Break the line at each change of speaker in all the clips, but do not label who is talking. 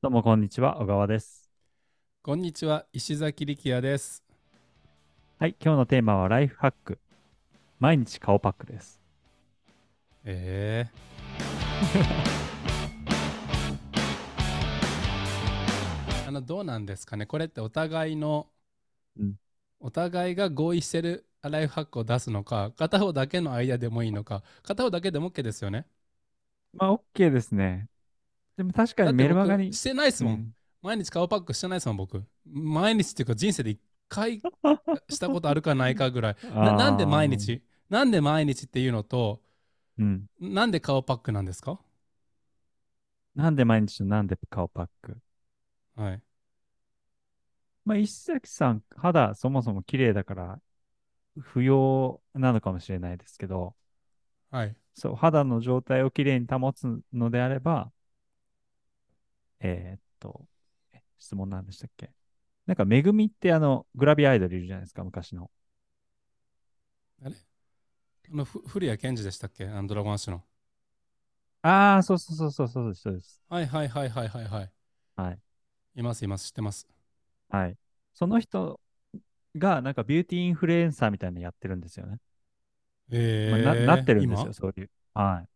どうもこんにちは、小川です。
こんにちは石崎力也です
はい、今日のテーマはライフハック。毎日顔パックです。
えー あのどうなんですかねこれってお互いの、
うん
お互いが合意してるライフハックを出すのか片方だけの間でもいいのか片方だけでも OK ですよね
まあ、OK ですね。でも確か
だ
に
って
メルマガ
僕
に
し。てないですもん、
うん
毎日顔パックしてないですもん僕毎日っていうか人生で一 回したことあるかないかぐらいななんで毎、日なんで毎日っていうのと
あーうん、
なんで顔パックなんですか
なんで毎日のなんで顔パック
はい
まあ、石崎さん、肌そもそも綺麗だから、不要なのかもしれないですけど、
はい
そう、肌の状態をきれいに保つのであれば、えーっと、え質問なんでしたっけなんか、めぐみってあの、グラビアアイドルいるじゃないですか、昔の。
あのふ古谷健二でしたっけあのドラゴンアッシュの
ああ、そうそうそうそうそうです、そうです。
はいはいはいはいはいはい
はい。
いますいます知ってます
はい。その人が、なんか、ビューティーインフルエンサーみたいなのやってるんですよね。
え
まあ
ー
ななってるんです
今
よ、そういう。はい。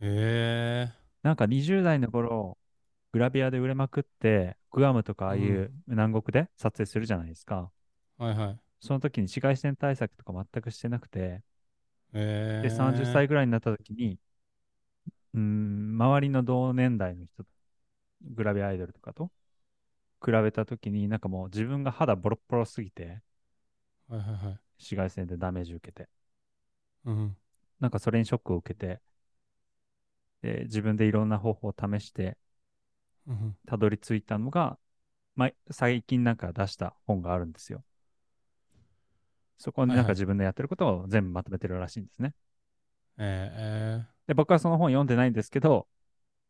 え
なんか20代の頃、グラビアで売れまくって、グアムとかああいう南国で撮影するじゃないですか。
ー、はいはい
その時に紫外線対策とか全くしてなくて、
え
で、
ー、
30歳ぐらいになった時に、うーん、周りの同年代の人、グラビアアイドルとかと比べた時に、なんかもう自分が肌ボロッボロすぎて、
はいはいはい
紫外線でダメージ受けて、
うん
なんかそれにショックを受けて、で自分でいろんな方法を試して、
うん
たどり着いたのが、まあ、最近なんか出した本があるんですよ。そこになん
はい
か
はい
自分のやってることを全部まとめてるらしいんですね。
えー、え
で、僕はその本読んでないんですけど、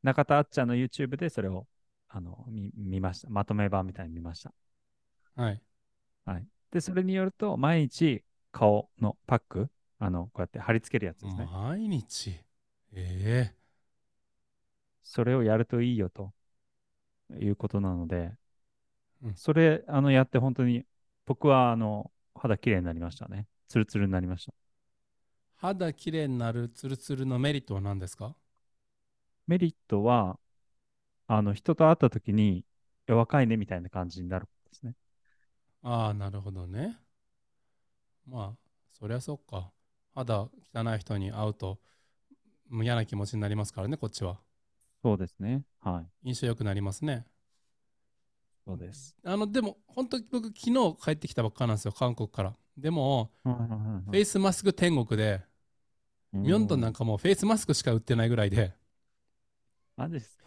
中田あっちゃんの YouTube でそれをあの見見ました。まとめ版みたいに見ました。
ー、はい
で、それによると、毎日顔のパック、あの、こうやって貼り付けるやつですね。
毎日ええ
それをやるといいよということなので、
うん
それあのやって本当に僕はあの肌綺麗になりましたね。ツルツルになりました。
肌きれいになるツルツルのメリットは何ですか
メリットは、あの人と会った時に、いや若いねみたいな感じになることですね。
ああなるほどねまあそりゃそっか肌汚い人に会うともう嫌な気持ちになりますからねこっちは
そうですね。はい。
印象良くなりますね
そうです。
あのでも本当僕昨日帰ってきたばっかなんですよ韓国からでもフェイスマスク天国でミョンドンなん
か。
かもうフェイスマスクしか売ってないぐらいで
マジですか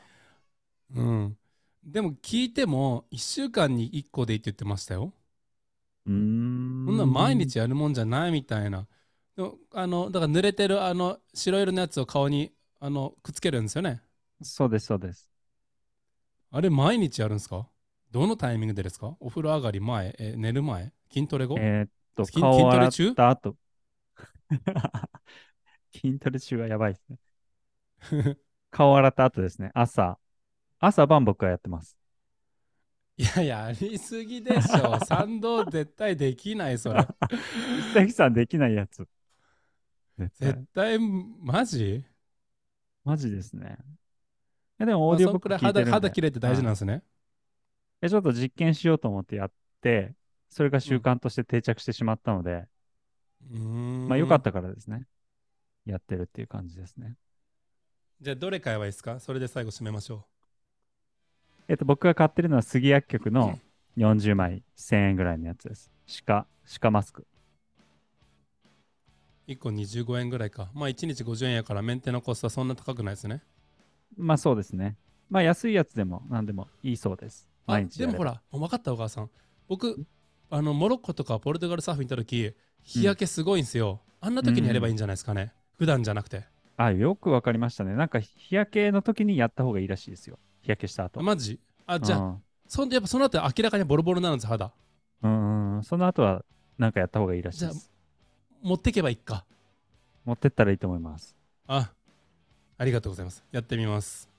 うんでも聞いても1週間に1個でいいって言ってましたよ
うーん。
そんな毎日やるもんじゃないみたいなでもあのだから濡れてるあの白色のやつを顔にあのくっつけるんですよね
そうです、そうです。
あれ毎日やるんですかどのタイミングでですかお風呂上がり前え寝る前筋トレ後
えーっと、
筋
顔を洗っ
筋トレ中
た後。 筋トレ中はやばいですね。顔洗った後ですね。朝。朝晩僕はやってます。
いや いや、ありすぎでし ょ。賛同絶対できない、それ。
石崎さんできないやつ。絶対
絶対、マジ
マジですね。いやでも
ま
オ
あ
ーディ
そ
オブ
ん
ッ
く
ク
らい
聞いて
肌
るんで
肌切れって大事なんですね。。
えちょっと実験しようと思ってやって、それが習慣として定着してしまったので、まあ良かったたからですね。やってるっていう感じですね。
じゃあ、どれ買えばいいですかそれで最後締めましょ
えっと、僕が買ってるのは杉薬局の40枚1000円ぐらいのやつです。鹿、鹿マスク。
う。1個25円ぐらいか。まあ、1日50円やから、メンテのコストはそんな高くないですね。
まあそうですね。まあ安いやつでも何でもいいそうです。
あ
毎日
でもほ
ら。
ら、もう分かった、お母さん。僕、あの、モロッコとかポルトガルサーフィン行った時、日焼けすごいんですよ。あんな時にやればいいんじゃないですかね。普段じゃなくて。
あ、よくわかりましたね。なんか日焼けの時にやった方がいいらしいですよ。日焼けした後。
マジあ、じゃあ、
あ。
そんでやっぱその後明らかにボロボロになるんです、肌。
うんうん。その後はなんかやった方がいいらしいで
じゃ
す。
持ってけばいいか。
持ってったらいいと思います。
あ、ありがとうございます。やってみます。